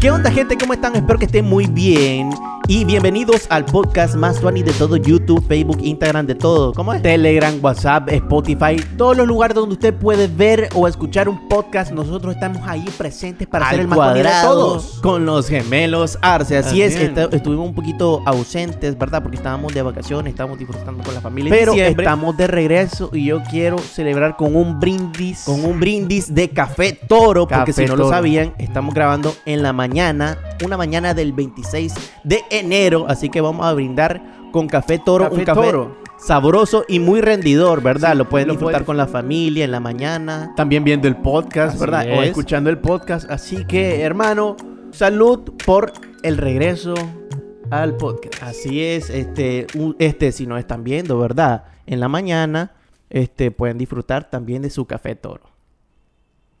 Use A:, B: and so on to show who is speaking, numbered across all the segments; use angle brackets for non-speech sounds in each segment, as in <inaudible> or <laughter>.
A: ¿Qué onda gente? ¿Cómo están? Espero que estén muy bien. Y bienvenidos al podcast más Duani de todo YouTube, Facebook, Instagram, de todo. ¿Cómo es? Telegram, WhatsApp, Spotify, todos los lugares donde usted puede ver o escuchar un podcast. Nosotros estamos ahí presentes para
B: Al
A: hacer el más Duani de
B: cuadrado.
A: todos. Con los gemelos Arce. Así es,
B: También.
A: est- estuvimos un poquito ausentes, ¿verdad? Porque estábamos de vacaciones, estábamos disfrutando con la familia.
B: en
A: Pero
B: diciembre.
A: estamos de regreso y yo quiero celebrar con un brindis. Con un brindis de café toro, porque
B: Café
A: si no lo
B: Toro.
A: sabía sabían, estamos grabando en la mañana, una mañana del 26 de enero, así que vamos a brindar con café toro,
B: Café
A: un café
B: Toro.
A: sabroso y muy rendidor, ¿verdad?
B: Sí,
A: lo pueden
B: lo
A: disfrutar
B: puedes-
A: con la familia en la mañana.
B: También viendo el podcast,
A: Así
B: ¿verdad? O
A: es.
B: escuchando el podcast. Así que, hermano, salud por el regreso al podcast.
A: Así es, este, un- este si nos están viendo, ¿verdad? En la mañana, este, pueden disfrutar también de su café toro.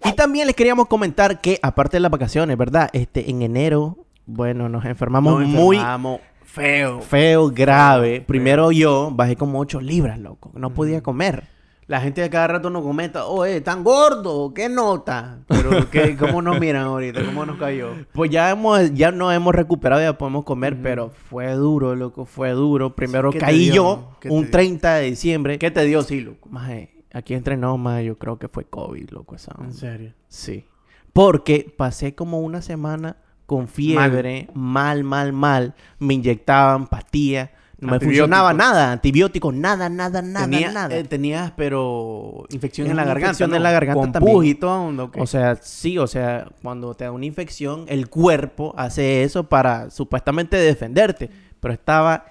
A: Y también les queríamos comentar que aparte de las vacaciones, ¿verdad? Este, en enero, bueno, nos enfermamos
B: Nos
A: muy
B: enfermamos feo.
A: feo, grave. Primero yo bajé como 8 libras, loco. No podía comer.
B: La gente a cada rato nos comenta, oye, tan gordo, qué nota. Pero, ¿qué, ¿cómo nos miran ahorita? ¿Cómo nos cayó?
A: Pues ya hemos, ya nos hemos recuperado, ya podemos comer, pero fue duro, loco, fue duro. Primero
B: ¿Qué te
A: caí
B: dio?
A: yo
B: ¿Qué te
A: un
B: dio?
A: 30 de diciembre.
B: ¿Qué te dio, Silo?
A: Maje, aquí entre no, maje, yo creo que fue COVID, loco, esa onda.
B: serio.
A: Sí. Porque pasé como una semana con fiebre, mal, mal, mal. Me inyectaban pastillas. No me
B: Antibióticos.
A: funcionaba nada, antibióticos, nada, nada, nada,
B: Tenía-
A: nada.
B: eh, tenías, pero infección
A: Es
B: en la
A: una
B: garganta.
A: infección
B: ¿no?
A: en la garganta
B: Con
A: también.
B: pus y todo. ¿no? ¿Qué?
A: O sea, sí, o sea, cuando te da una infección, el cuerpo hace eso para supuestamente defenderte. Pero estaba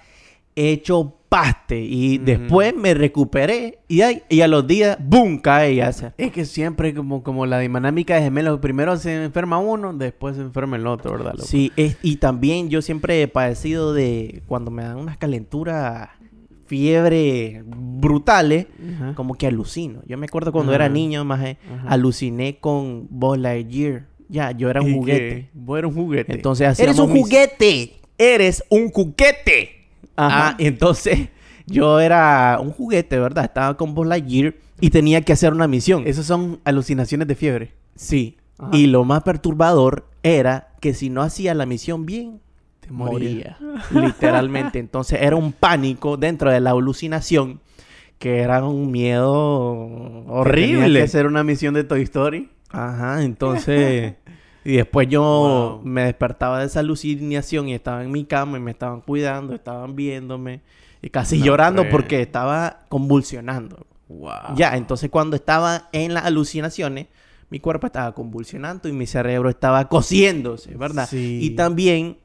A: hecho paste y
B: Ujú.
A: después me recuperé y, ahí- y a los días, ¡boom! cae y hace.
B: Es que siempre como, como la dinámica de gemelos, primero se enferma uno, después se enferma el otro, ¿verdad? loco?
A: Sí, es- y también yo siempre he padecido de cuando me dan unas calenturas, fiebre brutales,
B: Ajá.
A: como que alucino. Yo me acuerdo cuando era
B: Ajá.
A: niño, más
B: Ajá.
A: aluciné con Buzz Lightyear. Ya, yo era un
B: Y
A: juguete.
B: que, vos eras un juguete.
A: Entonces
B: Eres
A: hacíamos
B: un
A: mis-
B: juguete.
A: Eres un juguete.
B: Ajá.
A: Ajá. entonces <laughs> yo era un juguete, ¿verdad? Estaba con Buzz Lightyear y tenía que hacer una misión.
B: Esas son alucinaciones de fiebre.
A: Sí.
B: Ajá.
A: Y lo más perturbador era que si no hacía la misión bien,
B: Te
A: moría. Literalmente. Entonces era un pánico dentro de la alucinación que era un miedo
B: Horrible.
A: horrible.
B: que hacer una misión de Toy Story.
A: Ajá, entonces. y después yo
B: Wow.
A: me despertaba de esa alucinación y estaba en mi cama y me estaban cuidando, estaban viéndome. Y casi
B: No,
A: llorando
B: pues.
A: porque estaba convulsionando.
B: Wow.
A: Ya, entonces cuando estaba en las alucinaciones, mi cuerpo estaba convulsionando y mi cerebro estaba cosiéndose, ¿verdad?
B: Sí.
A: Y también,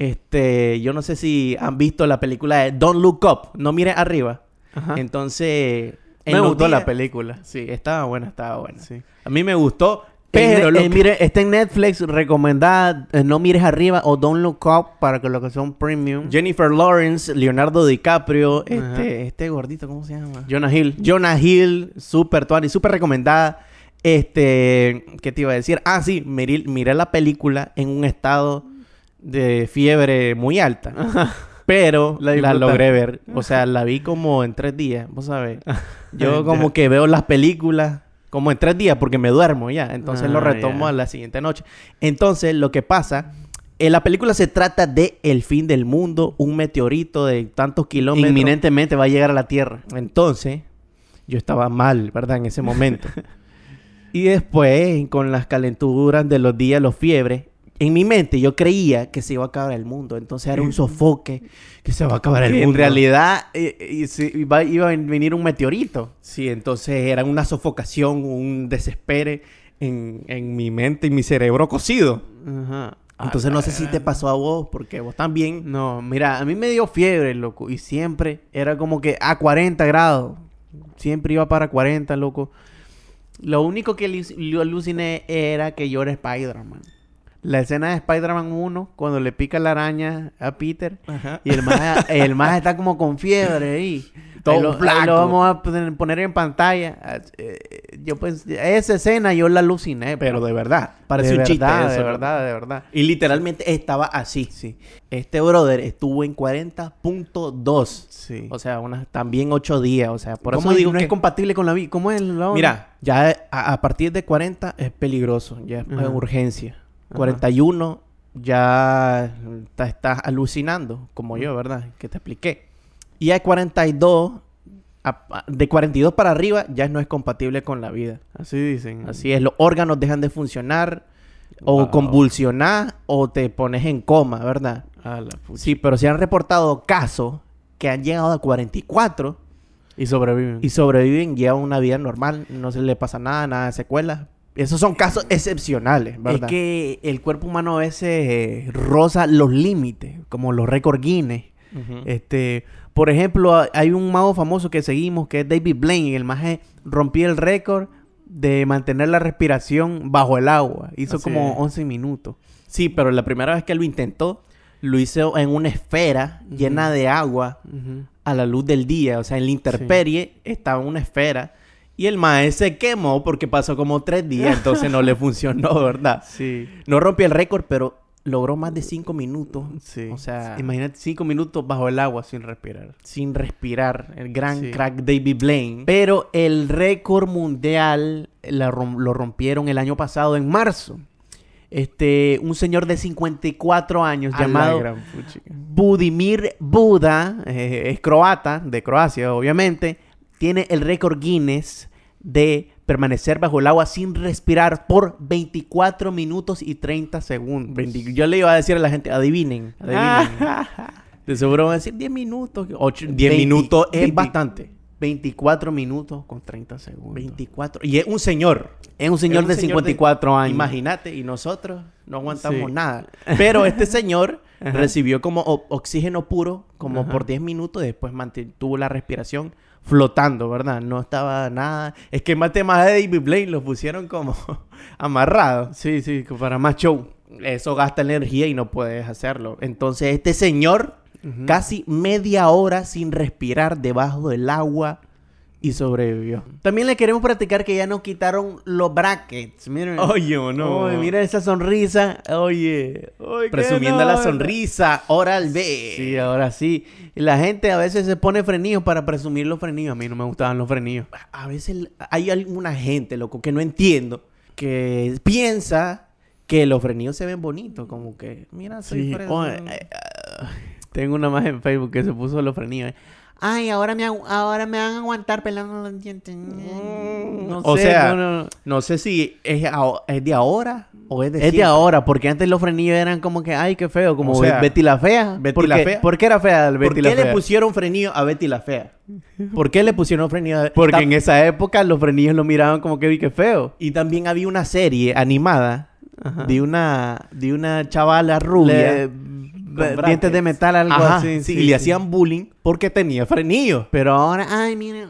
A: este, yo no sé si han visto la película de Don't Look Up, No Mires Arriba.
B: Ajá.
A: Entonces, en
B: Ah. Me
A: los
B: gustó la
A: días-
B: película.
A: Sí, estaba buena, estaba buena.
B: Sí.
A: A mí me gustó,
B: Pero
A: pero eh, lo que-
B: Eh, mire, está en Netflix recomendada eh, No Mires Arriba o Don't Look Up para que lo que son premium.
A: Jennifer Lawrence, Leonardo DiCaprio,
B: Ajá.
A: este, este gordito, ¿cómo se llama?
B: Jonah <laughs> Hill.
A: Jonah Hill, super y super recomendada. Este, ¿qué te iba a decir? Ah, sí, miré, miré la película en un estado de fiebre muy alta. Pero
B: La
A: la,
B: disfrutaste.
A: logré ver. O sea, la vi como en tres días, vos sabés. Yo
B: Ah, <laughs> Ya.
A: como que veo las películas como en tres días porque me duermo ya. Entonces lo
B: Ah,
A: retomo
B: ya.
A: a la siguiente noche. Entonces, lo que pasa... eh, la película se trata de el fin del mundo, un meteorito de tantos kilómetros.
B: Inminentemente va a llegar a la Tierra.
A: Entonces, yo estaba mal, ¿verdad? En ese
B: <laughs>
A: momento. y después, con las calenturas de los días, los fiebres, en mi mente yo creía que se iba a acabar el mundo. Entonces era
B: <laughs>
A: un sofoque que se va a acabar el
B: Que
A: mundo.
B: en realidad eh, eh, se- iba, iba a venir un meteorito.
A: Sí, entonces era una sofocación, un desespere en, en mi mente y mi cerebro cocido.
B: Ajá.
A: Ah, Entonces no sé si
B: Ah,
A: te pasó a vos, porque vos también.
B: No, mira, a mí me dio fiebre, loco. Y siempre era como que a 40 grados. Siempre iba para 40, loco. Lo único que li- yo aluciné era que yo era Spider-Man. La escena de Spider-Man 1, cuando le pica la araña a Peter.
A: Ajá.
B: Y el más, el más está como con fiebre <laughs> ahí.
A: Todo
B: Ahí lo, ahí
A: flaco.
B: lo vamos a poner- poner en pantalla. Ah, eh, Yo pensé, esa escena yo la aluciné.
A: Pero de verdad. Parece
B: de
A: un chiste
B: verdad,
A: eso,
B: De
A: ¿no?
B: verdad, de verdad.
A: Y literalmente estaba así. Sí. Este brother estuvo en 40.2.
B: Sí.
A: O sea, unas también 8 días. O sea, por
B: ¿Cómo
A: eso
B: es?
A: digo
B: no
A: que...
B: es compatible con la vida. ¿Cómo es? la onda?
A: Mira, ya a, a partir de 40 es peligroso. Ya es
B: Ajá.
A: urgencia.
B: Ajá.
A: 41 ya ta- estás alucinando, como yo, ¿verdad? Que te expliqué. Y a 42, a- a- de 42 para arriba, ya no es compatible con la vida.
B: Así dicen.
A: Así es, los órganos dejan de funcionar, o
B: Wow.
A: convulsionás, o te pones en coma, ¿verdad?
B: A la puta.
A: Sí, pero se han reportado casos que han llegado a 44
B: Y sobreviven.
A: y sobreviven, llevan una vida normal, no se le pasa nada, nada de secuelas. Esos son casos excepcionales, ¿verdad?
B: Es que el cuerpo humano a veces eh, roza los límites, como los récord Guinness.
A: Ujú.
B: Este, por ejemplo, ha- hay un mago famoso que seguimos que es David Blaine y el maje rompía el récord de mantener la respiración bajo el agua. Hizo
A: Así
B: como
A: es.
B: 11 minutos.
A: Sí, pero la primera vez que lo intentó, lo hizo en una esfera
B: Ujú.
A: llena de agua a la luz del día. O sea, en la intemperie estaba una esfera. Y el maestro se quemó porque pasó como tres días, entonces no <laughs> le funcionó, ¿verdad?
B: Sí.
A: No rompió el récord, pero logró más de cinco minutos.
B: Sí.
A: O sea,
B: imagínate 5 minutos bajo el agua sin respirar.
A: sin respirar. El gran
B: Sí.
A: crack David Blaine.
B: Pero el récord mundial la rom- lo rompieron el año pasado en marzo. Este, un señor de 54 años llamado Budimir Buda, eh, es croata, de Croacia obviamente, tiene el récord Guinness de permanecer bajo el agua sin respirar por 24 minutos y 30 segundos.
A: Bendi- Yo le iba a decir a la gente,
B: <laughs>
A: adivinen, adivinen. De seguro van a decir 10 minutos. ocho- 10
B: 20
A: minutos es
B: 20
A: bastante.
B: 24 minutos con 30 segundos.
A: 24. Y es un señor.
B: Es un
A: Es
B: señor
A: un
B: de
A: señor de-
B: 54 años.
A: Imagínate, y nosotros no aguantamos
B: Sí.
A: nada. Pero <laughs> este señor
B: Ajá.
A: recibió como o- oxígeno puro, como
B: Ajá.
A: por 10 minutos, después mantuvo la respiración flotando, ¿verdad? No estaba nada. Es que más temas de David Blaine los pusieron como <laughs> amarrados.
B: Sí, sí, que para más show.
A: Eso gasta energía y no puedes hacerlo. Entonces, este señor, casi media hora sin respirar debajo del agua y sobrevivió.
B: También le queremos practicar que ya nos quitaron los brackets. Miren.
A: Oye, no.
B: Oye, mira esa sonrisa. Oye. oye, qué
A: Presumiendo la
B: enorme.
A: sonrisa, oral B.
B: Sí, ahora sí. Y La gente a veces se pone frenillos para presumir los frenillos. A mí no me gustaban los frenillos.
A: A veces l- hay alguna gente, loco, que no entiendo, que piensa que los frenillos se ven bonitos, como que, mira, soy
B: Sí,
A: fresón.
B: oye, eh, ah, tengo una más en Facebook que se puso los frenillos. ¿eh? Ay, ahora me, agu- ahora me van a aguantar pelando los dientes.
A: Mm.
B: No
A: o
B: sé,
A: sea,
B: no, no, no.
A: No sé si es, ao- es de ahora o es de
B: Es de
A: siempre.
B: ahora, porque antes los frenillos eran como que, ay, qué feo, como
A: O sea,
B: Betty la Fea.
A: Betty
B: ¿Por
A: la
B: qué?
A: Fea.
B: ¿Por qué era fea el
A: ¿Por
B: Betty
A: qué
B: la
A: le
B: Fea?
A: pusieron frenillo a Betty la <laughs> Fea? ¿Por qué le pusieron frenillo a
B: Porque
A: Tam-
B: en esa época los frenillos lo miraban como que, vi que feo.
A: Y también había una serie animada
B: Ajá.
A: de una, de una chavala rubia.
B: Le- be- dientes
A: brackets.
B: de metal, algo
A: Ajá,
B: así.
A: sí, y le hacían bullying porque tenía frenillo.
B: Pero ahora, ay, miren.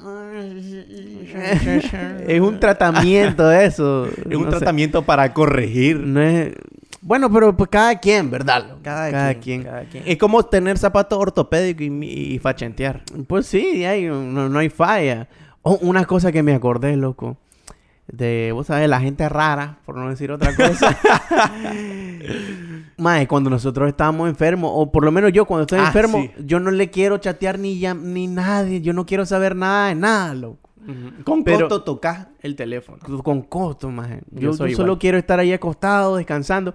A: <laughs>
B: es un tratamiento eso.
A: Es un
B: no sé.
A: tratamiento para corregir.
B: No es... Bueno, pero pues cada quien, ¿verdad? loco?
A: cada quien.
B: Eh,
A: Es como tener zapatos ortopédicos y, mi- y fachentear.
B: Pues sí, hay- no, no hay falla. Oh, una cosa que me acordé, loco. De, vos sabés, la gente rara, por no decir otra
A: <laughs>
B: cosa. Mae, cuando nosotros estábamos enfermos, o por lo menos yo cuando estoy
A: Ah,
B: enfermo,
A: sí.
B: yo no le quiero chatear ni, llam- ni nadie. Yo no quiero saber nada de nada, loco.
A: Con
B: Pero-
A: costo tocas el teléfono.
B: Con costo, mae.
A: Yo
B: Yo, yo
A: soy
B: solo
A: igual.
B: quiero estar ahí acostado, descansando.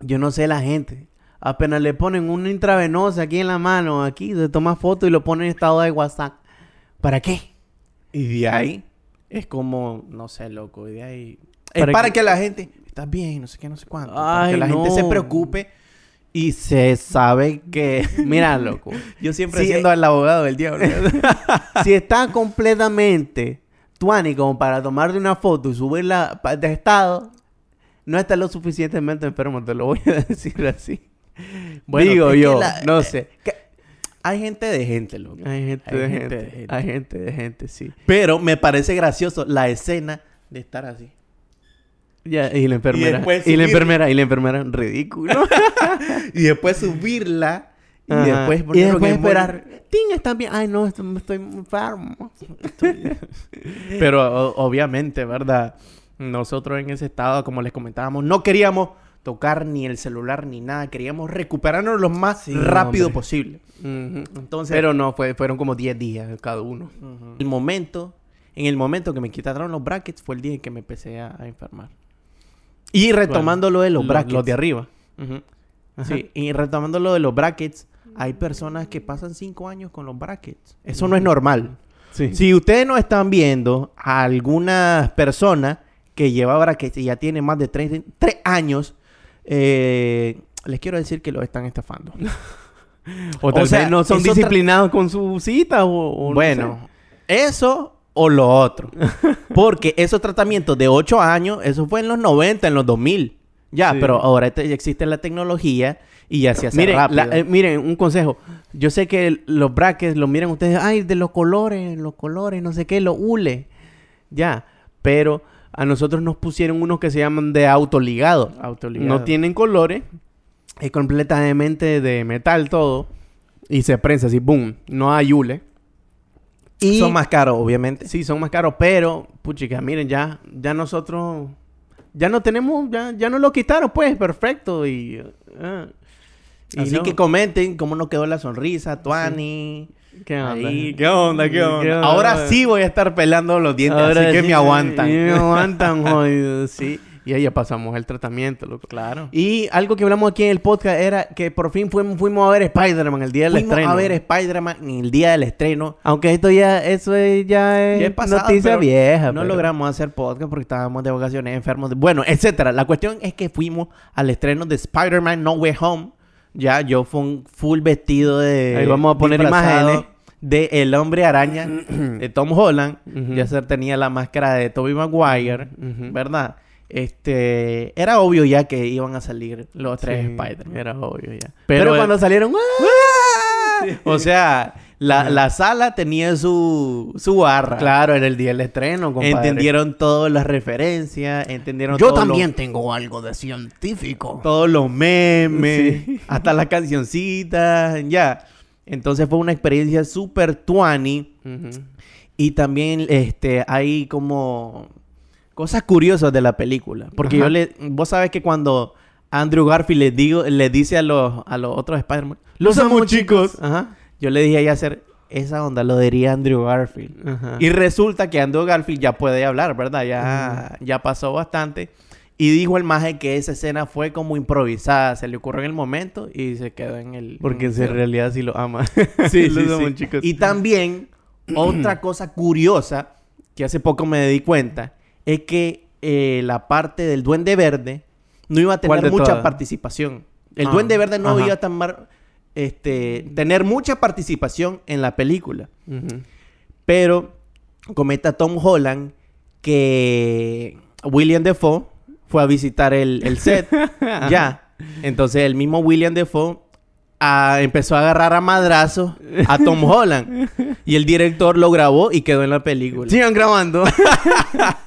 B: Yo no sé la gente. Apenas le ponen una intravenosa aquí en la mano, aquí, se toma foto y lo ponen en estado de WhatsApp. ¿Para qué?
A: Y de ahí es como, no sé, loco. Y de ahí. Es
B: Para
A: para,
B: que-
A: que... la gente. Estás bien, no sé qué, no sé cuánto. para
B: Ay,
A: que la gente se
B: no.
A: preocupe y se sabe que.
B: <laughs> Mira, loco.
A: Yo siempre
B: Sí,
A: siendo
B: eh.
A: el abogado del diablo.
B: <laughs> si está completamente tuani como para tomarle una foto y subirla pa- de estado, no está lo suficientemente enfermo, te lo voy a <laughs> decir así.
A: Bueno,
B: Digo
A: es que
B: yo,
A: la-
B: no sé.
A: Hay gente de gente, loco.
B: Hay gente
A: hay
B: de
A: gente
B: gente,
A: de gente.
B: hay gente de gente, sí.
A: Pero me parece gracioso la escena de estar así.
B: Ya, y la enfermera.
A: después
B: Y, la
A: subirla.
B: enfermera, y la enfermera, ridículo.
A: Y después subirla. Y
B: Ajá.
A: después
B: y
A: poner un
B: después
A: emoji.
B: esperar. Ting, está bien. Ay, no, estoy, estoy enfermo.
A: <laughs> Pero o- obviamente, ¿verdad? Nosotros en ese estado, como les comentábamos, no queríamos tocar ni el celular ni nada. Queríamos recuperarnos lo más
B: Sí,
A: rápido
B: hombre.
A: posible.
B: Entonces, pero no, fue, fueron como 10 días cada uno.
A: El momento, en el momento que me quitaron los brackets fue el día en que me empecé a, a enfermar. Y retomando lo de los
B: Lo-
A: brackets.
B: los de arriba. Ujú. Sí, y retomando lo de los brackets, hay personas que pasan cinco años con los brackets.
A: Eso no es normal.
B: Sí.
A: Si ustedes no están viendo a alguna persona que lleva brackets y ya tiene más de tres, tres años, eh, les quiero decir que lo están estafando.
B: O tal vez no son disciplinados con su cita o, o no sé.
A: Bueno, eso o lo <laughs> otro. Porque esos tratamientos de 8 años, eso fue en los 90, en los 2000. Ya,
B: Sí.
A: pero ahora te- ya existe la tecnología y ya se hace
B: miren,
A: rápido.
B: la- eh, miren, un consejo. Yo sé que el- los brackets lo miran ustedes, ay, de los colores, los colores, no sé qué, los hule. Ya, pero a nosotros nos pusieron unos que se llaman de autoligado.
A: Autoligado.
B: No tienen colores, es completamente de metal todo y se prensa así, boom, no hay hule. Y
A: Son más caros, obviamente.
B: este, Sí, son más caros, pero, puchica, miren, ya, ya nosotros, ya no tenemos, ya, ya nos lo quitaron, pues, perfecto. Y, ah, y
A: Así
B: no.
A: que comenten cómo nos quedó la sonrisa, Tuani.
B: ¿Qué onda?
A: Ahí, ¿Qué onda? ¿Qué onda?
B: ¿Qué onda?
A: Ahora sí voy a estar pelando los dientes,
B: Ahora
A: así que
B: sí,
A: me aguantan.
B: y Me aguantan, jodido, sí. Y ahí ya pasamos el tratamiento, loco. <laughs> Claro.
A: Y
B: Algo que hablamos aquí en el podcast era que por fin fuimos, fuimos a ver Spider-Man el día del
A: fuimos
B: estreno.
A: a ver Spider-Man en el día del estreno.
B: Aunque esto ya, eso es, ya es
A: Ya es pasado,
B: Eh, noticia
A: pero
B: vieja.
A: No
B: pero-
A: logramos hacer podcast porque estábamos de vacaciones, enfermos. de- Bueno, etcétera. La cuestión es que fuimos al estreno de Spider-Man No Way Home. Ya, yo fui un full vestido de.
B: Ahí vamos a poner
A: Eh, disfrazado
B: imágenes.
A: De El Hombre Araña <clears throat> de Tom Holland.
B: Ujú.
A: Ya se tenía la máscara de Tobey Maguire,
B: Ujú.
A: ¿verdad? Este. Era obvio ya que iban a salir los tres
B: Sí,
A: Spider-Man.
B: Era obvio ya.
A: Pero
B: Pero,
A: el- <laughs>
B: cuando salieron, ¡ah!
A: O sea, la, la sala tenía su, su barra.
B: Claro, era el día del estreno, compadre.
A: Entendieron todas las referencias, entendieron
B: Yo
A: todos
B: también
A: los-
B: tengo algo de científico.
A: todos los memes,
B: Sí.
A: hasta las cancioncitas, ya. Entonces fue una experiencia súper tuani y también este hay como cosas curiosas de la película, porque
B: Ajá.
A: yo le vos sabes que cuando Andrew Garfield le digo le dice a los a los otros Spider-Man,
B: Los amo, chicos.
A: ajá, yo le dije a hacer esa onda lo diría Andrew Garfield. Y resulta que Andrew Garfield ya puede hablar, ¿verdad? Ya, ya pasó bastante. Y dijo el maje que esa escena fue como improvisada. Se le ocurrió en el momento y se quedó en el...
B: Porque
A: en-
B: en realidad sí lo ama. <laughs>
A: Sí, sí,
B: Los amo,
A: sí.
B: chicos.
A: Y también,
B: <clears throat>
A: otra cosa curiosa que hace poco me di cuenta es que eh, la parte del Duende Verde no iba a
B: ¿Cuál
A: tener
B: de
A: mucha
B: todas?
A: participación. El
B: Ah,
A: Duende Verde no
B: ajá.
A: iba a tomar, este, tener mucha participación en la película.
B: Ujú.
A: Pero comenta Tom Holland que William Defoe fue a visitar el, el <laughs> set. <laughs> ya. Entonces el mismo William Defoe ah, empezó a agarrar a madrazos a Tom <laughs> Holland. Y el director lo grabó y quedó en la película.
B: Sigan grabando. <laughs>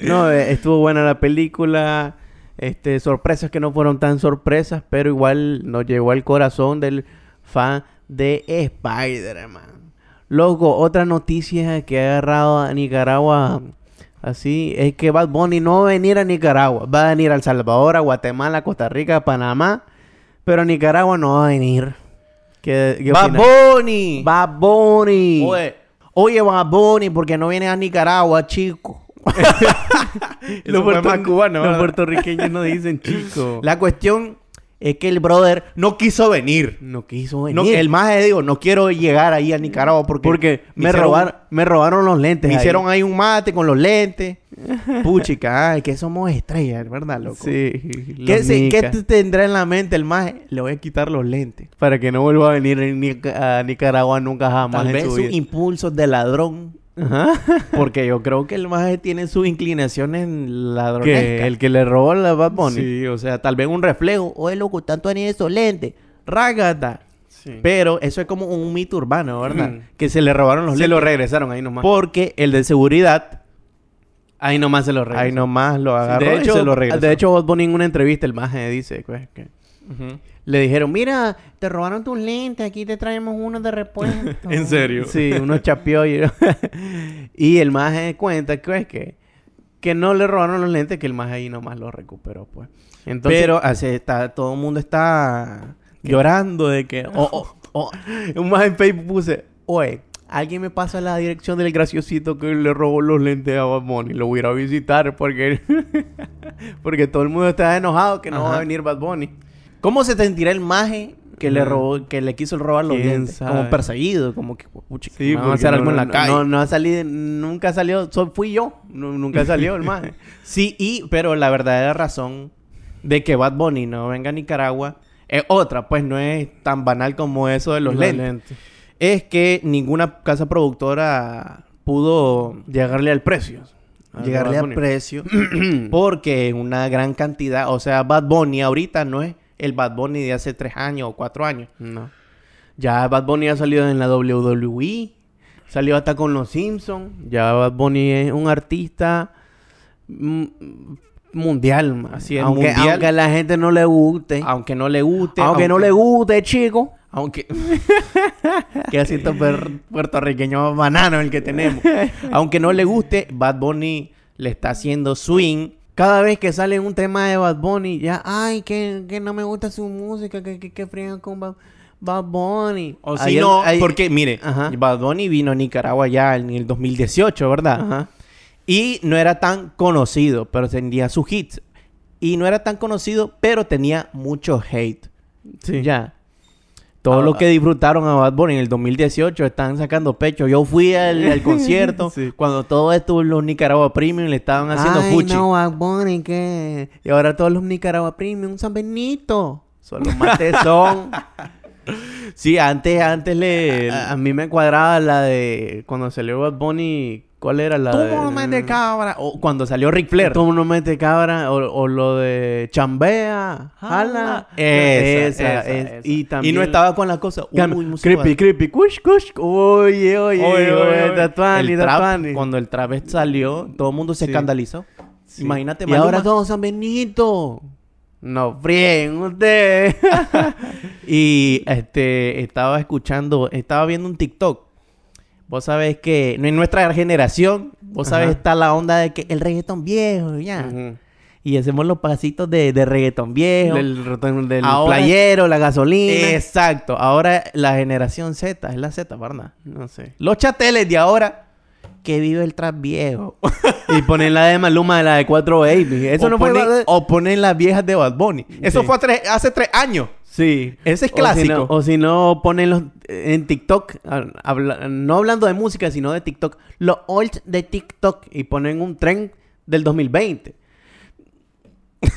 B: no, eh, estuvo buena la película. Este, sorpresas que no fueron tan sorpresas, pero igual nos llegó al corazón del fan de Spider-Man. Loco, otra noticia que ha agarrado a Nicaragua así es que Bad Bunny no va a venir a Nicaragua, va a venir a El Salvador, a Guatemala, Costa Rica, Panamá, pero a Nicaragua no va a venir. ¿Qué, qué
A: ¡Bad
B: opinas?
A: Bunny!
B: Bad Bunny.
A: Oye, oye, Bad Bunny, porque no viene a Nicaragua, <laughs> chico.
B: Los,
A: puerto-
B: puerto-
A: los
B: los
A: puerto-
B: puertorriqueños no dicen chico.
A: <laughs> La cuestión es que el brother no quiso venir.
B: No quiso
A: No, el más digo, no quiero llegar ahí a Nicaragua porque,
B: porque me,
A: hicieron-
B: robaron, me robaron los lentes.
A: Me
B: ahí.
A: hicieron ahí un mate con los
B: <laughs>
A: lentes. Puchica, ay, que somos estrellas, ¿verdad, loco?
B: Sí.
A: ¿Qué,
B: los
A: se- qué
B: nicas.
A: te tendrá en la mente el maje? Le voy a quitar los lentes.
B: Para que no vuelva a venir en Nica- a Nicaragua nunca jamás
A: Tal
B: en
A: vez
B: su
A: sus
B: vida.
A: impulsos de ladrón.
B: Ajá.
A: <laughs> Porque yo creo que el maje tiene sus inclinaciones ladronescas.
B: Que el que le robó la Bad Bunny.
A: Sí, o sea, tal vez un reflejo. Oye, loco, tanto ni esos lentes. Rágata.
B: Pe-
A: Pero eso es como un mito urbano, ¿verdad?
B: Mm.
A: Que se le robaron los
B: Se
A: lentes.
B: lo regresaron ahí nomás.
A: Porque el de seguridad,
B: Ahí nomás se lo
A: ahí nomás lo agarró
B: de hecho,
A: y se lo regresó.
B: de hecho, Bad Bunny en una entrevista, el maje dice pues, que le dijeron, mira, te robaron tus lentes, aquí te traemos uno de <laughs> repuesto.
A: ¿En serio?
B: Sí, unos chapiollos. <laughs> y el maje cuenta que, pues, que, que no le robaron los lentes, que el maje ahí nomás los recuperó, pues. Entonces,
A: Pero así está, todo el mundo está llorando de que.
B: o- o- o- un maje en Facebook puse, oye, alguien me pasa la dirección del graciosito que le robó los lentes a Bad Bunny.
A: <laughs>
B: Lo voy a ir a visitar porque, porque todo el mundo está enojado que no va
A: Ajá.
B: a venir Bad Bunny.
A: ¿Cómo se sentirá el maje que le
B: Mm.
A: robó, que le quiso robar los
B: ¿Quién
A: dientes? Como
B: sabe?
A: perseguido, como que pucha,
B: Sí,
A: me van a
B: porque
A: hacer algo
B: no-
A: en la
B: no-
A: calle.
B: no-
A: ha salido, nunca salió, fui yo, nunca salió el maje. <laughs> sí, y pero la verdadera razón de que Bad Bunny no venga a Nicaragua es otra, pues no es tan banal como eso de los lentes. Es que ninguna casa productora pudo
B: Llegarle al precio.
A: llegarle al
B: precio.
A: precio <clears throat> porque una gran cantidad, o sea, Bad Bunny ahorita no es el Bad Bunny de hace tres años o cuatro años.
B: No.
A: Ya Bad Bunny ha salido en la
B: E,
A: WWE, salió hasta con los Simpsons.
B: Ya Bad Bunny es un artista mm, mundial, man.
A: Así es,
B: aunque,
A: mundial.
B: aunque a la gente no le guste.
A: Aunque no le guste.
B: aunque, no le guste, chico.
A: Aunque. <laughs> que asiento puer- puertorriqueño banano el que <laughs> tenemos. Aunque no le guste, Bad Bunny le está haciendo swing.
B: Cada vez que sale un tema de Bad Bunny, ya, ay, que, que no me gusta su música, que, que, que friegan con Bad, Bad Bunny.
A: O si
B: Ayer-
A: no,
B: ayer-
A: porque mire,
B: Ajá.
A: Bad Bunny vino a Nicaragua ya en el 2018, ¿verdad?
B: Ajá.
A: Y no era tan conocido, pero tenía sus hits. Y no era tan conocido, pero tenía mucho hate.
B: Sí.
A: Ya. Todos
B: Ah,
A: los que disfrutaron a Bad Bunny en el 2018 están sacando pecho. Yo fui al,
B: <laughs>
A: al concierto
B: Sí.
A: cuando todos estos los Nicaragua Premium le estaban haciendo
B: Ay,
A: fuchi.
B: no, Bad Bunny, que... Y ahora todos los Nicaragua Premium, San Benito.
A: Son los mates <laughs> son. sí, antes, antes le.
B: A, a mí me cuadraba la de... Cuando salió Bad Bunny, ¿cuál era la de...?
A: cabra. O cuando salió Ric Flair.
B: Tú no metes cabra. O, o lo de chambea, jala.
A: Ah, Esa, esa,
B: es-
A: esa.
B: Y también...
A: no estaba con la cosa. Uy,
B: Calma,
A: música.
B: creepy, creepy, cush, cush. Oye, oye, oye, oye, Tatuani,
A: El trap,
B: Tatuani.
A: Cuando el trap salió, todo el mundo se
B: Sí.
A: escandalizó.
B: Sí.
A: Imagínate,
B: Y ahora
A: Maluma.
B: todos San Benito. No frieguen <laughs> ustedes.
A: Y este estaba escuchando, estaba viendo un TikTok. Vos sabés que en nuestra generación, vos sabés,
B: Ajá.
A: está la onda de que el reggaetón viejo, ya. Y hacemos los pasitos de, de reggaetón viejo.
B: Del, ratón- del
A: Ahora-
B: playero, la gasolina.
A: Exacto. Ahora la generación Z, es la Z, ¿verdad?
B: No sé.
A: Los chateles de ahora, que vive el trap
B: <laughs>
A: viejo.
B: Y ponen la de Maluma de la de 4 Baby. Eso
A: o
B: no
A: ponen,
B: fue.
A: O ponen las viejas de Bad Bunny. Eso
B: Sí.
A: fue tres- hace tres años.
B: Sí.
A: Ese es
B: O si no-
A: clásico.
B: O si no, ponen los, en TikTok, a- habla- no hablando de música, sino de TikTok, los old de TikTok y ponen un tren del 2020.
A: <laughs>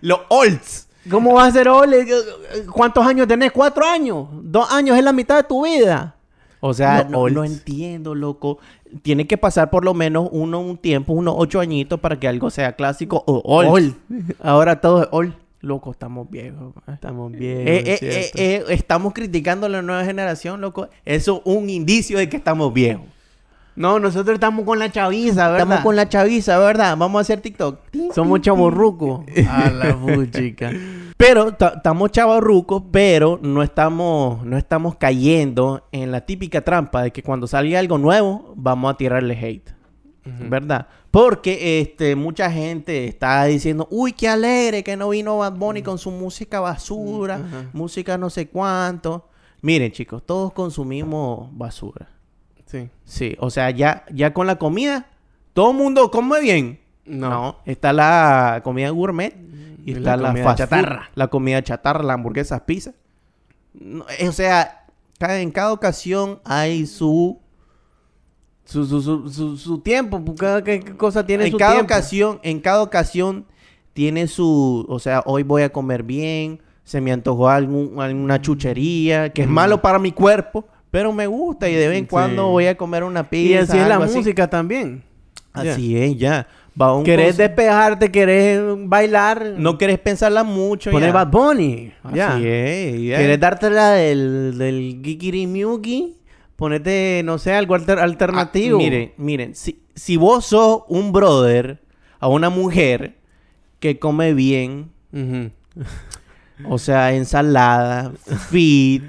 A: Los olds.
B: ¿Cómo vas a ser old? ¿Cuántos años tenés? ¿Cuatro años? ¿Dos años es la mitad de tu vida?
A: O sea,
B: Los
A: no, no
B: olds.
A: entiendo, loco. Tiene que pasar por lo menos uno un tiempo, unos ocho añitos para que algo sea clásico o old.
B: Old. Ahora todo es old.
A: Loco, estamos viejos. man.
B: Estamos bien.
A: Eh, eh, eh, eh, estamos criticando a la nueva generación, loco. Eso es un indicio de que estamos viejos.
B: No, nosotros estamos con la chaviza, ¿verdad?
A: Estamos con la chaviza, ¿verdad? Vamos a hacer TikTok.
B: Somos chamorrucos. <laughs> A la puchica.
A: Pero ta- estamos chavarrucos, pero no estamos, no estamos cayendo en la típica trampa de que cuando salga algo nuevo, vamos a tirarle hate. ¿Verdad? Porque este, mucha gente está diciendo, uy, qué alegre que no vino Bad Bunny con su música basura,
B: Ajá.
A: música no sé cuánto. Miren, chicos, todos consumimos basura.
B: Sí.
A: Sí, o sea, ya, ya con la comida, todo el mundo come bien.
B: No.
A: Está la comida gourmet y
B: Y
A: está
B: la
A: la,
B: comida
A: fast food,
B: chatarra.
A: la comida chatarra, las hamburguesas, pizza. No, eh, o sea, ca- en cada ocasión hay su...
B: Su, su, su, su, su tiempo. pues, Cada qué cosa tiene
A: en
B: su
A: cada
B: tiempo.
A: ocasión, en cada ocasión tiene su... O sea, hoy voy a comer bien, se me antojó algún- alguna chuchería, que es
B: Mm.
A: malo para mi cuerpo, pero me gusta y de vez en
B: Sí.
A: cuando voy a comer una
B: Y
A: pizza.
B: así es la
A: algo así.
B: música también.
A: Así es, ya. Va a un
B: Querés
A: conci-
B: despejarte, querés bailar.
A: No querés pensarla mucho.
B: Poner
A: ya.
B: Bad Bunny.
A: Así
B: ya.
A: es, ya.
B: ¿Quieres dártela del, del Gikirimiuki? Ponete, no sé, algo alter- alternativo.
A: Ah, miren, miren, si, si vos sos un brother a una mujer que come bien,
B: Ujú.
A: o sea, ensalada, fit,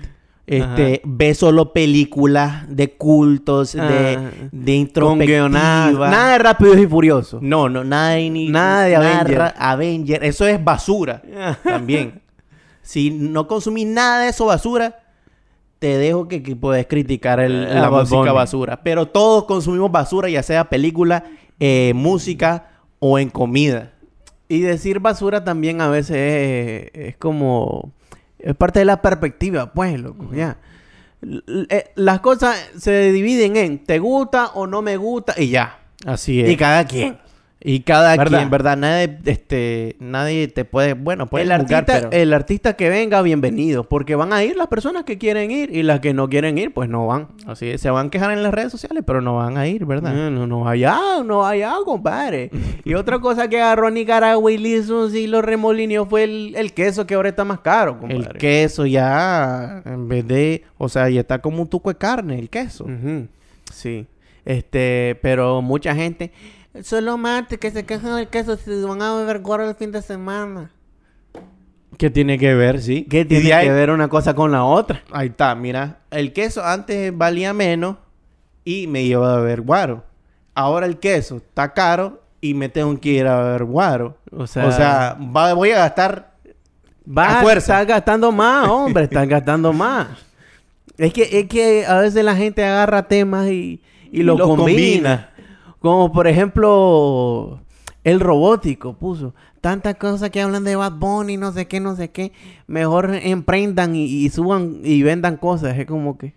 A: este, ve solo películas de cultos,
B: Ah.
A: de, de
B: Con
A: introspectiva.
B: guionadas. Nada de rápido y furioso.
A: No, no, nada de, ni-
B: Nada de Avenger.
A: ra- Avenger. Eso es basura también. si no consumís nada de eso basura, te dejo que, que podés criticar el-
B: Eh,
A: la
B: a Bad
A: música
B: Bunny.
A: basura. Pero todos consumimos basura, ya sea película, eh, música o en comida.
B: Y decir basura también a veces es, es como... Es parte de la perspectiva, pues, loco, ya. L- eh, Las cosas se dividen en te gusta o no me gusta y ya.
A: Así
B: Y cada quien. Y cada
A: ¿Verdad?
B: quien, ¿verdad? Nadie, este, nadie te puede... Bueno, puedes
A: El
B: juzgar,
A: artista-
B: pero- el artista que venga, bienvenido. Porque van a ir las personas que quieren ir y las que no quieren ir, pues no van.
A: Así es.
B: Se van a quejar en las redes sociales, pero no van a ir, ¿verdad?
A: Mm,
B: No, no, no vaya, no vaya, <laughs> compadre. y otra cosa que agarró Nicaragua y Lizos y los remolinos fue el, el queso que ahora está más caro, compadre.
A: El queso ya, en vez de, o sea, ya está como un tuco de carne, el queso.
B: Ujú, Sí. Este, pero mucha gente. Solo mate que se quejan del queso si van a beber gorro el fin de semana.
A: ¿Qué tiene que ver, sí?
B: ¿Qué
A: Y
B: tiene
A: de ahí-
B: que ver una cosa con la otra?
A: Ahí está, mira. El queso antes valía menos y me iba a beber guaro. Ahora el queso está caro y me tengo que ir a beber guaro.
B: O
A: O
B: sea-
A: sea, va- voy a gastar.
B: Vas,
A: A fuerza.
B: Estás gastando más, hombre, estás gastando más. Es que, es que a veces la gente agarra temas y, y los, combina. Como por ejemplo, el robótico puso. Tantas cosas que hablan de Bad Bunny, no sé qué, no sé qué. Mejor emprendan y, y suban y vendan cosas. Es como que.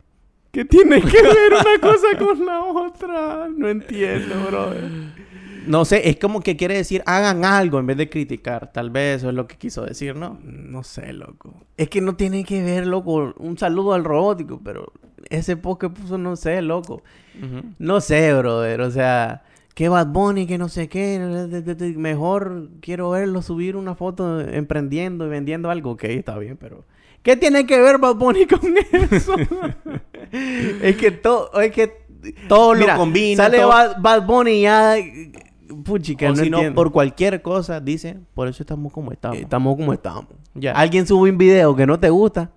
B: ¿Qué tiene <laughs> que ver una cosa con la otra? No entiendo, brother.
A: No sé, es como que quiere decir hagan algo en vez de criticar. Tal vez eso es lo que quiso decir, ¿no?
B: No sé, loco. Es que no tiene que ver, loco. Un saludo al robótico, pero ese post que puso, no sé, loco. No sé, brother. O sea, que Bad Bunny, que no sé qué. de- de- de- Mejor quiero verlo subir una foto emprendiendo y vendiendo algo. Ok, está bien, pero. ¿Qué tiene que ver Bad Bunny <laughs> con eso? es que todo. Es que.
A: Todo lo combina,
B: Sale
A: todo-
B: Bad, Bad Bunny y ya. Puchica,
A: O
B: no
A: si no,
B: entiendo.
A: por cualquier cosa, dice, por eso estamos como estamos.
B: Eh, Estamos como estamos.
A: Ya.
B: Alguien sube un video que no te gusta.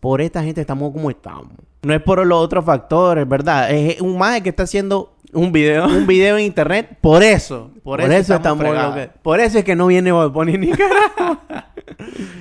B: Por esta gente estamos como estamos.
A: No es por los otros factores, ¿verdad? Es un maje que está haciendo
B: Un video.
A: un video en internet por eso.
B: Por, eso, estamos,
A: fregados.
B: lo que- Por eso es que no viene Bad Bunny ni
A: e-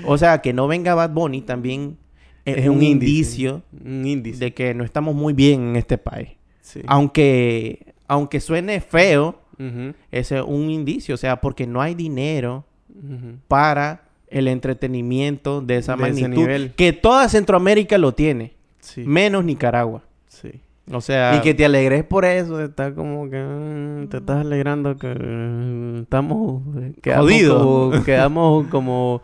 A: O sea, que no venga Bad Bunny también es, un, indicio
B: Un índice.
A: de que no estamos muy bien en este país.
B: Sí.
A: Aunque, aunque suene feo,
B: Ujú,
A: ese es un indicio. O sea, porque no hay dinero
B: ujú.
A: para el entretenimiento de esa
B: De ese
A: magnitud.
B: nivel.
A: Que toda Centroamérica lo tiene,
B: Sí.
A: menos Nicaragua.
B: sí.
A: O sea,
B: Y que te alegres por eso. Está como que... mm, Te estás alegrando que... mm, Estamos... eh, Quedamos
A: Jodido.
B: como-
A: <laughs>
B: quedamos como...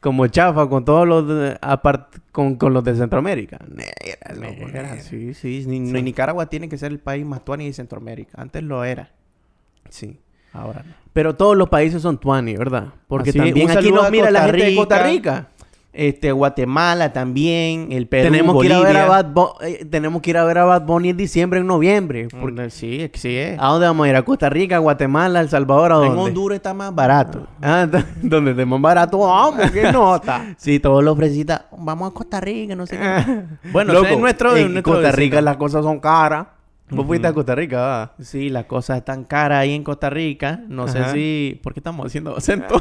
B: Como chafa con todos los... de- apart- con, con los de Centroamérica. Negra, loco, negra.
A: Sí, sí, ni-
B: Sí.
A: Nicaragua tiene que ser el país más tuani de Centroamérica. Antes lo era,
B: Sí.
A: ahora no.
B: Pero todos los países son tuani, ¿verdad? Porque
A: Así es.
B: también
A: Un
B: aquí
A: saludo
B: nos
A: a
B: mira la
A: Costa
B: gente de Costa
A: Rica.
B: Rica.
A: Este, Guatemala también, el Perú,
B: Tenemos que, ir a ver
A: Bolivia.
B: a Bad Bu- eh, tenemos que ir a ver a Bad Bunny en diciembre, en noviembre. Porque-
A: Mm, Porque sí, es que sí es.
B: ¿A dónde vamos a ir? ¿A Costa Rica, Guatemala, El Salvador? ¿A
A: Mm. Ah, en
B: dónde?
A: Honduras está más barato.
B: Ah, <laughs> t- donde esté más barato,
A: <laughs>
B: vamos, qué nota.
A: Sí, todos los fresitas, vamos a Costa Rica, no sé <laughs> qué.
B: Loco,
A: ese es nuestro,
B: en
A: nuestro
B: Costa Rica
A: vecino.
B: las cosas son caras. Vos
A: Ujú.
B: fuiste a Costa Rica, ¿verdad?
A: Sí, las cosas están caras ahí en Costa Rica. No
B: Ajá.
A: sé si... ¿Por qué estamos haciendo <laughs> acento?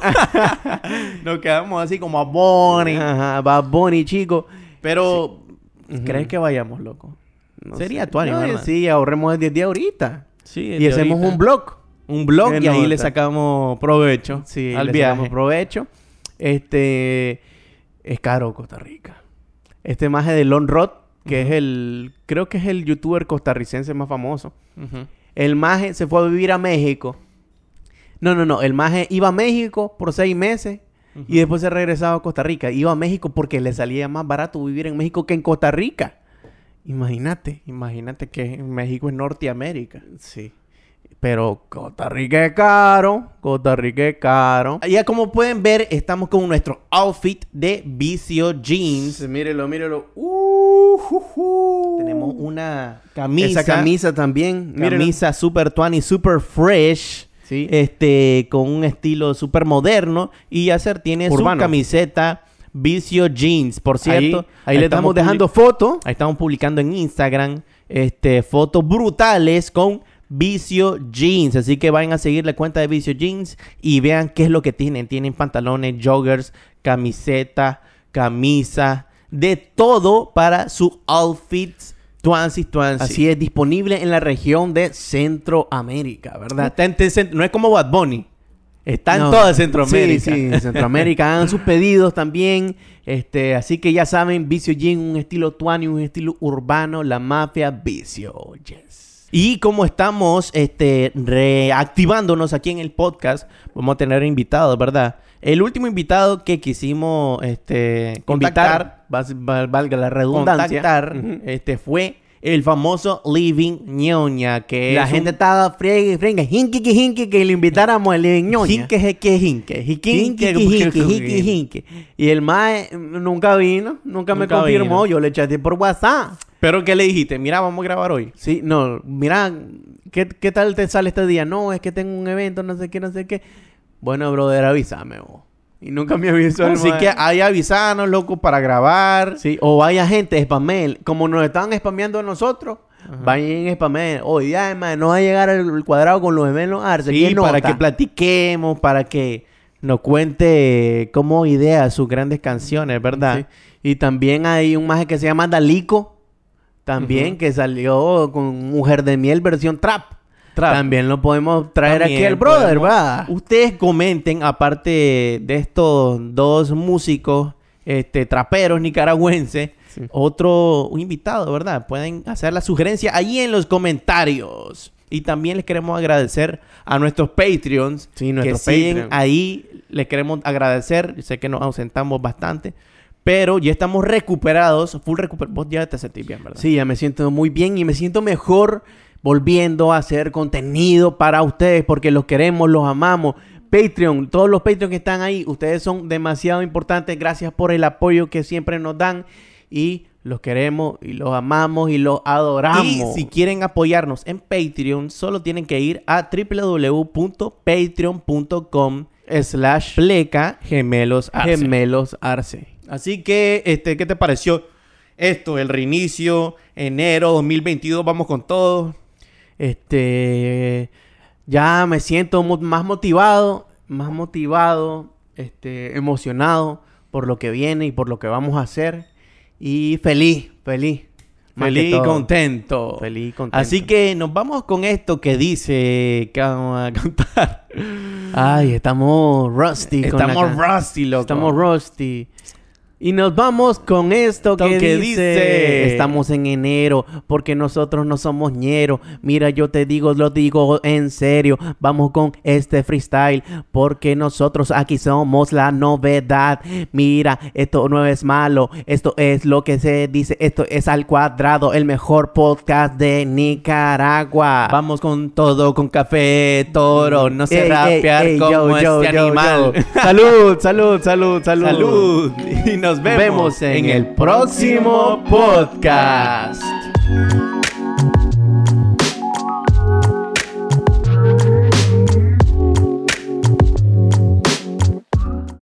A: Nos quedamos así como a Bonnie.
B: Ajá, Bad Bunny, chico.
A: Pero,
B: Ujú.
A: ¿crees que vayamos, loco?
B: No
A: Sería
B: sé.
A: tuani,
B: No,
A: ¿verdad?
B: Sí, ahorremos el 10 días ahorita.
A: Sí,
B: Y hacemos un blog.
A: un blog
B: Qué
A: y ahí le
B: nota.
A: sacamos provecho
B: Sí,
A: al
B: le
A: viaje.
B: sacamos provecho. Este es caro Costa Rica. Este maje de Lon Rod, que es el creo que es el youtuber costarricense más famoso.
A: Ujú.
B: El maje se fue a vivir a México. No, no, no, el maje iba a México por seis meses y después se regresaba a Costa Rica. Iba a México porque le salía más barato vivir en México que en Costa Rica. Imagínate.
A: Imagínate que México es Norteamérica.
B: Sí. Pero Costa Rica es caro. Costa Rica es caro.
A: Ya como pueden ver, estamos con nuestro outfit de Vicio Jeans.
B: Mírelo, mírelo. Uh, ju, ju.
A: Tenemos una camisa.
B: Uh. Esa camisa también. Mírelo. Eh,
A: Camisa super tuani, super fresh.
B: Sí.
A: Este, con un estilo super moderno. Y Yasser tiene
B: Urbano.
A: su camiseta Vicio Jeans. Por cierto,
B: ahí, ahí le estamos dejando
A: publi-
B: fotos.
A: Ahí estamos publicando en Instagram este, fotos brutales con Vicio Jeans. Así que vayan a seguir la cuenta de Vicio Jeans y vean qué es lo que tienen. Tienen pantalones, joggers, camiseta, camisa, de todo para sus outfits. Twancy, twancy.
B: Así es, disponible en la región de Centroamérica, ¿verdad?
A: Está en Tencent- No es como Bad Bunny. Está en
B: No.
A: toda Centroamérica.
B: Sí, sí,
A: <laughs>
B: en Centroamérica. Hagan sus pedidos también. Este, así que ya saben, Vicio Gin, un estilo tuani, un estilo urbano, la mafia Vicio.
A: Oh,
B: Yes.
A: Y como estamos este, reactivándonos aquí en el podcast, vamos a tener invitados, ¿verdad? El último invitado que quisimos este,
B: Contactar.
A: contactar, vas- val- valga la redundancia,
B: Contactar. Ujú.
A: este, fue el famoso Living Ñoña, que
B: La
A: es
B: gente
A: un-
B: estaba friegue, friegue, jinque, que jinque, que le invitáramos al ñoña.
A: Jinque, jeque, jinque, jiquinque,
B: Jinque,
A: jiquinque,
B: jinque, jinque,
A: jiquinque.
B: jinque. Y el mae eh, nunca vino, nunca me
A: Nunca
B: confirmó,
A: vino.
B: yo le echaste por WhatsApp.
A: Pero ¿qué le dijiste? Mira, vamos a grabar hoy.
B: Sí, no, mira, ¿qué, ¿qué tal te sale este día? No, es que tengo un evento, no sé qué, no sé qué. Bueno, brother, avísame vos. Y nunca me avisó el
A: Así
B: mae.
A: que ahí avisanos, loco, para grabar.
B: Sí, o vaya gente, spamel. Como nos están spameando a nosotros, vayan en spamel. Hoy día, además, no va a llegar al cuadrado con los Ah, eventos arce.
A: Sí,
B: ¿Quién
A: para
B: nota?
A: que platiquemos, para que nos cuente como idea sus grandes canciones, ¿verdad?
B: Sí. Y también hay un maje que se llama Dalico. También,
A: Ujú.
B: que salió con Mujer de Miel versión trap.
A: Trap.
B: También lo podemos traer aquí
A: También
B: al brother,
A: podemos-
B: va.
A: Ustedes comenten, aparte de estos dos músicos, este, traperos nicaragüenses,
B: Sí.
A: otro un invitado, ¿verdad? Pueden hacer la sugerencia ahí en los comentarios. Y también les queremos agradecer a nuestros Patreons
B: Sí, nuestros
A: que siguen
B: Patreons.
A: ahí. Les queremos agradecer. Sé que nos ausentamos bastante, pero ya estamos recuperados, full recuperados. Vos ya te sentís bien, ¿verdad?
B: Sí, ya me siento muy bien y me siento mejor volviendo a hacer contenido para ustedes porque los queremos, los amamos. Patreon, todos los Patreons que están ahí, ustedes son demasiado importantes. Gracias por el apoyo que siempre nos dan y los queremos y los amamos y los adoramos.
A: Y si quieren apoyarnos en Patreon, solo tienen que ir a www.patreon.com slash pleca gemelos
B: Ah,
A: Arce.
B: gemelos Arce.
A: Así que, este, ¿qué te pareció esto? El reinicio, enero 2022, vamos con todo.
B: Este, ya me siento mo- más motivado, más motivado, este, emocionado por lo que viene y por lo que vamos a hacer. Y feliz, feliz. más que
A: Feliz y
B: todo. Oh.
A: contento.
B: Feliz y contento.
A: Así que nos vamos con esto que dice que vamos a <laughs> cantar.
B: Ay, estamos rusty. con la
A: Estamos
B: can-
A: rusty, loco.
B: Estamos rusty. Y nos vamos con esto
A: Esto
B: que,
A: que
B: dice,
A: dice.
B: Estamos en enero, porque nosotros no somos ñeros. Mira, yo te digo, lo digo en serio. Vamos con este freestyle, porque nosotros aquí somos la novedad. Mira, esto no es malo, esto es lo que se dice, esto es al cuadrado, el mejor podcast de Nicaragua.
A: Vamos con todo, con café, toro, no sé
B: Ey, ey,
A: rapear
B: ey,
A: como
B: yo, yo,
A: este
B: yo,
A: animal.
B: yo. <laughs> Salud, salud,
A: <laughs>
B: salud, salud.
A: Salud y nos vemos,
B: Vemos en el próximo podcast.
A: podcast.